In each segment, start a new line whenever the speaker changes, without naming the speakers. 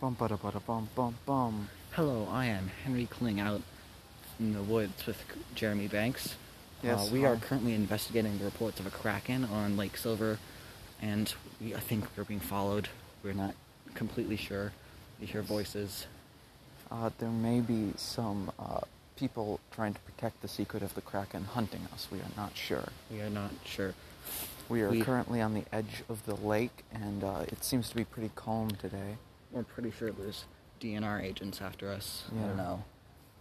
Bum bada bada bum bum bum.
Hello, I am Henry Kling out in the woods with Jeremy Banks.
Yes,
uh, we are
hi.
currently investigating the reports of a kraken on Lake Silver, and we, I think we're being followed. We're not completely sure. We hear voices.
Uh, there may be some uh, people trying to protect the secret of the Kraken hunting us. We are not sure.
We are not sure.
We are
We-
currently on the edge of the lake, and uh, it seems to be pretty calm today.
We're pretty sure there's DNR agents after us. I
Yeah.
don't know.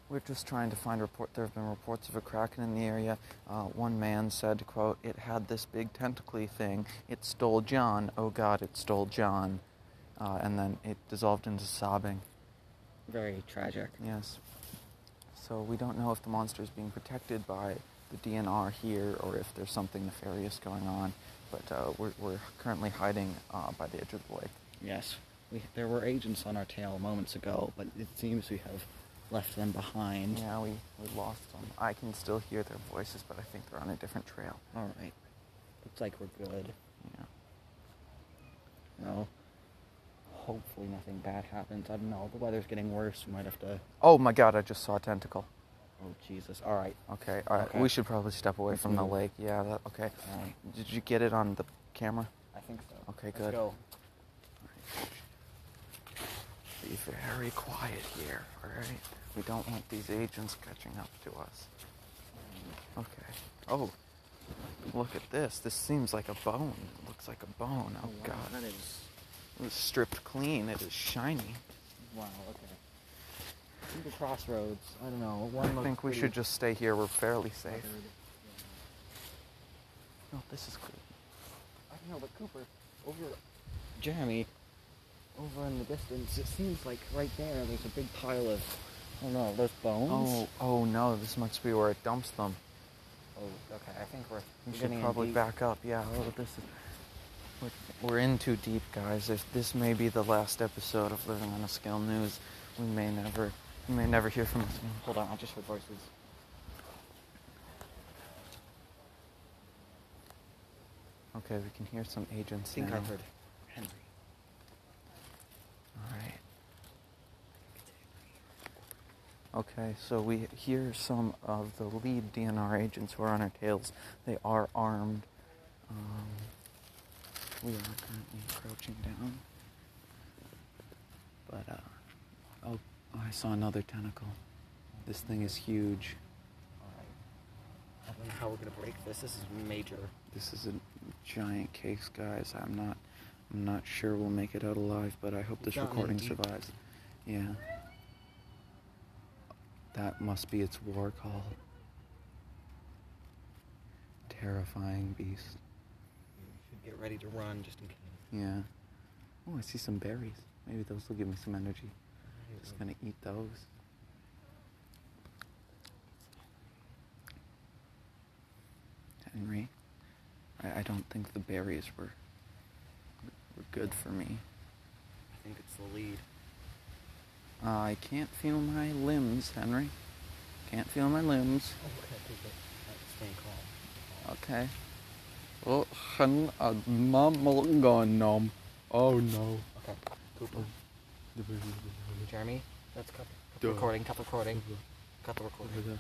We're just trying to find report. There have been reports of a kraken in the area. Uh, one man said, "quote It had this big tentacly thing. It stole John. Oh God, it stole John." Uh, and then it dissolved into sobbing.
Very tragic.
Yes. So we don't know if the monster is being protected by the DNR here or if there's something nefarious going on. But uh, we're, we're currently hiding uh, by the edge of the lake.
Yes, we, there were agents on our tail moments ago, but it seems we have left them behind.
Yeah, we, we lost them. I can still hear their voices, but I think they're on a different trail.
All right. Looks like we're good.
Yeah.
No. Hopefully nothing bad happens. I don't know. The weather's getting worse. We might have to.
Oh my god, I just saw a tentacle.
Oh Jesus! All right.
Okay, Mm-hmm. all right.
Okay.
We should probably step away
Let's
from the
move.
lake. Yeah, that, okay.
All right.
Did you get it on the camera?
I think so.
Okay,
Let's
good.
go.
Be very quiet here, all right? We don't want these agents catching up to us. Okay. Oh, look at this. This seems like a bone. It looks like a bone. Oh,
wow,
God.
That is.
It was stripped clean. It is shiny.
Wow. Okay. Through the crossroads. I don't know. One
I
looks
think we
pretty
should just stay here. We're fairly safe.
weathered.
Oh, this is good.
I don't know, but Cooper, over. Jeremy, over in the distance, it seems like right there there's a big pile of. I don't know. Those
Oh,
bones.
oh no. This must be where it dumps them.
Oh. Okay. I think we're.
We
we're
should
getting in
probably
deep.
back up. Yeah. Oh, this is. We're, we're in too deep, guys. If this may be the last episode of Living on a Scale News, we may never, you may never hear from us. again.
Hold on. I just heard voices.
Okay, we can hear some agents.
think
now.
I've heard Henry.
All right. Okay, so we hear some of the lead DNR agents who are on our tails. They are armed. Um, we are currently crouching down. But, uh, oh, I saw another tentacle. This thing is huge.
Alright. I don't know how we're gonna break this. This is major.
This is a giant case, guys. I'm not, I'm not sure we'll make it out alive, but I hope
We've
this
gotten
recording
it deep.
survives. Yeah. That must be its war call. Terrifying beast.
Should get ready to run just in case.
Yeah. Oh, I see some berries. Maybe those will give me some energy. Just gonna eat those. Henry, I, I don't think the berries were were good for me.
I think it's the lead.
Uh, I can't feel my limbs, Henry. Can't feel my limbs.
Okay, Cooper. Alright, Stay calm.
Okay. Oh, Hen, uh, mum, going numb. Oh no.
Okay. Cooper.
Mm-hmm.
Jeremy, let's cut cut the
Duh.
recording. Cut the recording. Cut the recording.